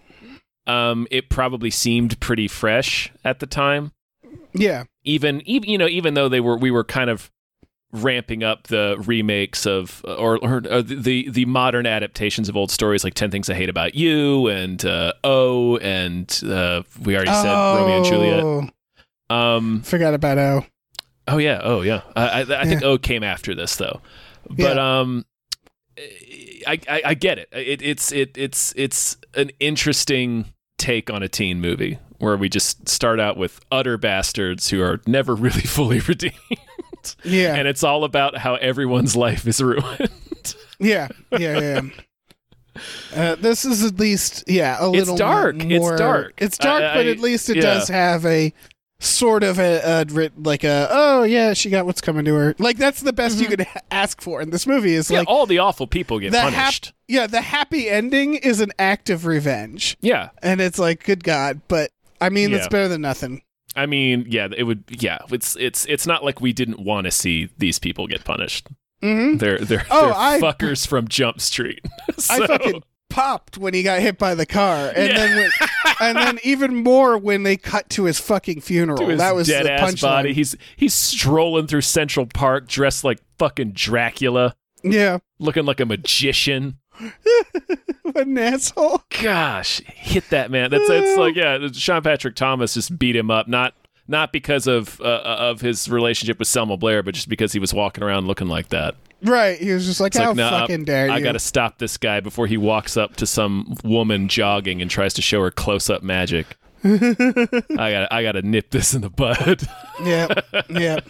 B: Um, it probably seemed pretty fresh at the time,
A: yeah,
B: even even you know even though they were we were kind of ramping up the remakes of or, or, or the the modern adaptations of old stories like 10 things i hate about you and uh oh and uh we already said romeo and juliet
A: Oh,
B: um
A: Forgot about O.
B: oh yeah oh yeah i i, I think oh came after this though but um I, I i get it it it's it it's it's an interesting take on a teen movie where we just start out with utter bastards who are never really fully redeemed
A: Yeah.
B: and it's all about how everyone's life is ruined.
A: Yeah, yeah, yeah. Uh, this is at least yeah a
B: It's
A: little
B: dark. It's
A: more-
B: dark.
A: it's dark
B: I-
A: but
B: I-
A: at least it
B: yeah.
A: does have a sort of a, a ri- like a oh yeah she got what's coming to her like that's the best you could ha- ask for in this movie is
B: Mm-hmm. yeah,
A: like
B: all the awful people get
A: the hap-
B: punished.
A: yeah the happy ending is an act of revenge
B: yeah,
A: and it's like good god but I mean it's
B: Yeah.
A: better than nothing
B: I mean, yeah, it would. Yeah, it's it's it's not like we didn't want to see these people get punished.
A: Mhm.
B: They're they're,
A: Oh,
B: they're
A: I-
B: fuckers from Jump Street. so,
A: I fucking popped when he got hit by the car and
B: Yeah.
A: then when, and then even more when they cut to his fucking funeral
B: to his
A: that was
B: dead
A: the
B: ass
A: punchline
B: body. He's he's strolling through Central Park dressed like fucking Dracula,
A: yeah
B: looking like a magician.
A: What an asshole.
B: Gosh, hit that man. That's that's like yeah. Sean Patrick Thomas just beat him up. Not not because of uh, of his relationship with Selma Blair, but just because he was walking around looking like that.
A: Right. He was just like,
B: It's
A: how
B: like, nah,
A: fucking dare you?
B: I gotta stop this guy before he walks up to some woman jogging and tries to show her close up magic. I gotta I gotta nip this in the bud.
A: Yeah. Yeah.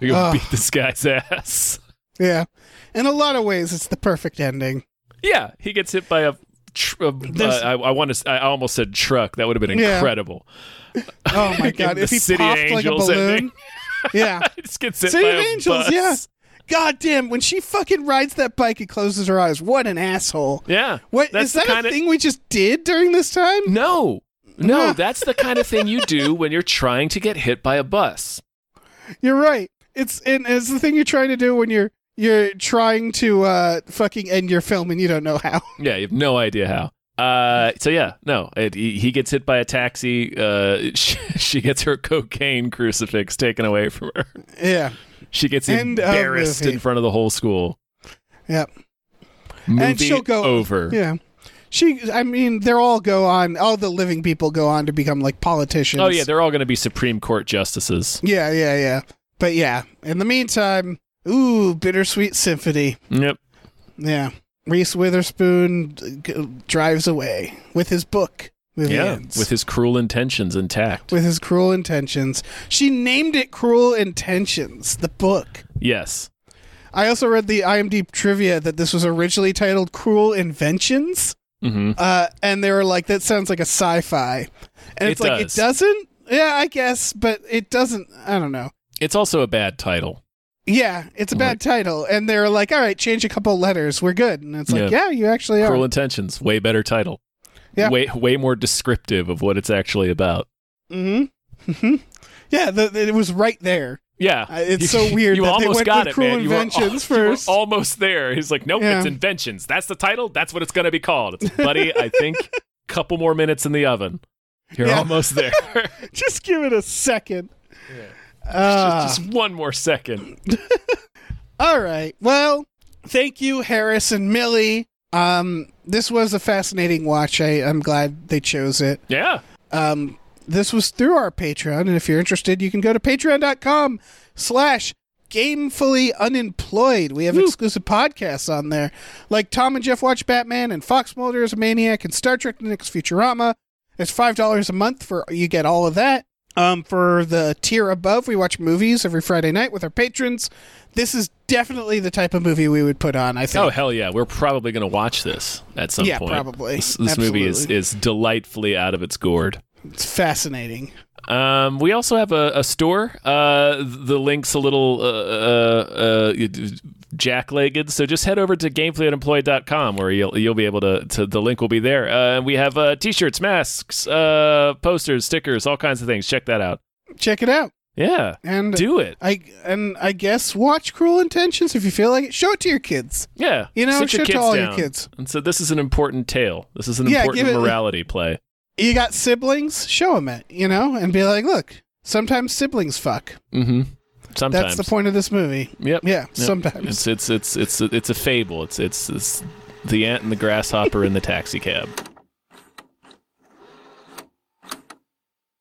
B: We're gonna
A: Ugh.
B: beat this guy's ass.
A: Yeah. In a lot of ways, it's the perfect ending.
B: Yeah, he gets hit by a. Tr- uh,
A: There's-
B: I, I want to. I almost said truck. That would have been
A: Yeah.
B: incredible.
A: Oh my
B: Give him
A: god!
B: the
A: If he
B: City
A: popped like a
B: Angels
A: balloon,
B: ending.
A: yeah.
B: He just gets hit
A: City
B: by
A: of
B: a
A: Angels,
B: bus.
A: yeah. God damn! When she fucking rides that bike and closes her eyes, what an asshole!
B: Yeah.
A: What is
B: That's the
A: that
B: kinda-
A: a thing we just did during this time?
B: No. No,
A: Huh.
B: that's the kind of thing you do when you're trying to get hit by a bus.
A: You're right. It's and it's the thing you're trying to do when you're you're trying to uh fucking end your film and you don't know how.
B: Yeah, you have no idea how. Uh, so yeah, no, it, he, he gets hit by a taxi. Uh, she, she gets her cocaine crucifix taken away from her.
A: yeah.
B: She gets
A: End of
B: embarrassed
A: movie.
B: in front of the whole school.
A: Yep.
B: Movie
A: she'll go-
B: over.
A: Yeah. She, I mean, they're all go on, all the living people go on to become like politicians.
B: Oh yeah, they're all going to be Supreme Court justices.
A: yeah, yeah, yeah. But yeah, in the meantime, ooh, bittersweet symphony.
B: Yep.
A: Yeah. Reese Witherspoon uh, g- drives away with his book. Movie
B: Yeah,
A: ends.
B: with his cruel intentions intact.
A: With his cruel intentions. She named it Cruel Intentions, the book.
B: yes.
A: I also read the IMDb trivia that this was originally titled Cruel Inventions.
B: hmm
A: uh, and they were like, "That sounds like a sci-fi," and
B: It
A: it's like
B: does.
A: it doesn't. Yeah, I guess, but it doesn't. I don't know.
B: It's also a bad title.
A: Yeah, it's a bad title, and they were like, "All right, change a couple letters, we're good." And it's like, "Yeah, you actually are."
B: Cruel Intentions, way better title.
A: Yeah.
B: Way way more descriptive of what it's actually about.
A: hmm yeah, the, the- it was right there.
B: Yeah,
A: Uh, it's so weird
B: You
A: that they
B: almost
A: went
B: got
A: with
B: it,
A: Cruel
B: man. You were al-
A: Inventions
B: you were
A: first.
B: almost there. He's like, nope,
A: Yeah.
B: it's inventions. That's the title. That's what it's going to be called. It's, buddy, I think couple more minutes in the oven. You're
A: Yeah.
B: almost there.
A: Just give it a second. Uh,
B: just, just one more second.
A: All right. Well, thank you, Harris and Millie. Um, this was a fascinating watch. I, I'm glad they chose it.
B: Yeah.
A: um, this was through our patreon and if you're interested you can go to patreon.com slash gamefully unemployed we have exclusive podcasts on there like tom and jeff watch batman and fox mulder is a maniac and star trek the next futurama it's five dollars a month for you get all of that um, for the tier above we watch movies every friday night with our patrons this is definitely the type of movie we would put on i think
B: Oh hell yeah! We're probably going to watch this at some
A: Yeah,
B: point.
A: probably.
B: This, this movie is
A: Absolutely.
B: is delightfully out of its gourd.
A: it's fascinating
B: Um, we also have a, a store. Uh, the link's a little uh, uh, uh, jack-legged, so just head over to gameplayunemployed.com where you'll you'll be able to, to the link will be there. Uh, and we have uh, t-shirts, masks, uh, posters, stickers, all kinds of things. Check that out.
A: check it out
B: Yeah,
A: and
B: do it.
A: I and I guess watch Cruel Intentions if you feel like it. Show it to your kids.
B: Yeah,
A: You know,
B: sit your
A: shit to
B: kids
A: all your
B: down.
A: kids.
B: And so this is an important tale. This is an
A: Yeah,
B: important
A: give it-
B: morality play.
A: You got siblings, show them it. You know, and be like, look, sometimes siblings fuck.
B: Mm-hmm. Sometimes
A: That's the point of this movie.
B: Yep.
A: Yeah,
B: Yep. It's
A: sometimes.
B: it's it's it's it's a fable. It's it's, it's the ant and the grasshopper in the taxi cab.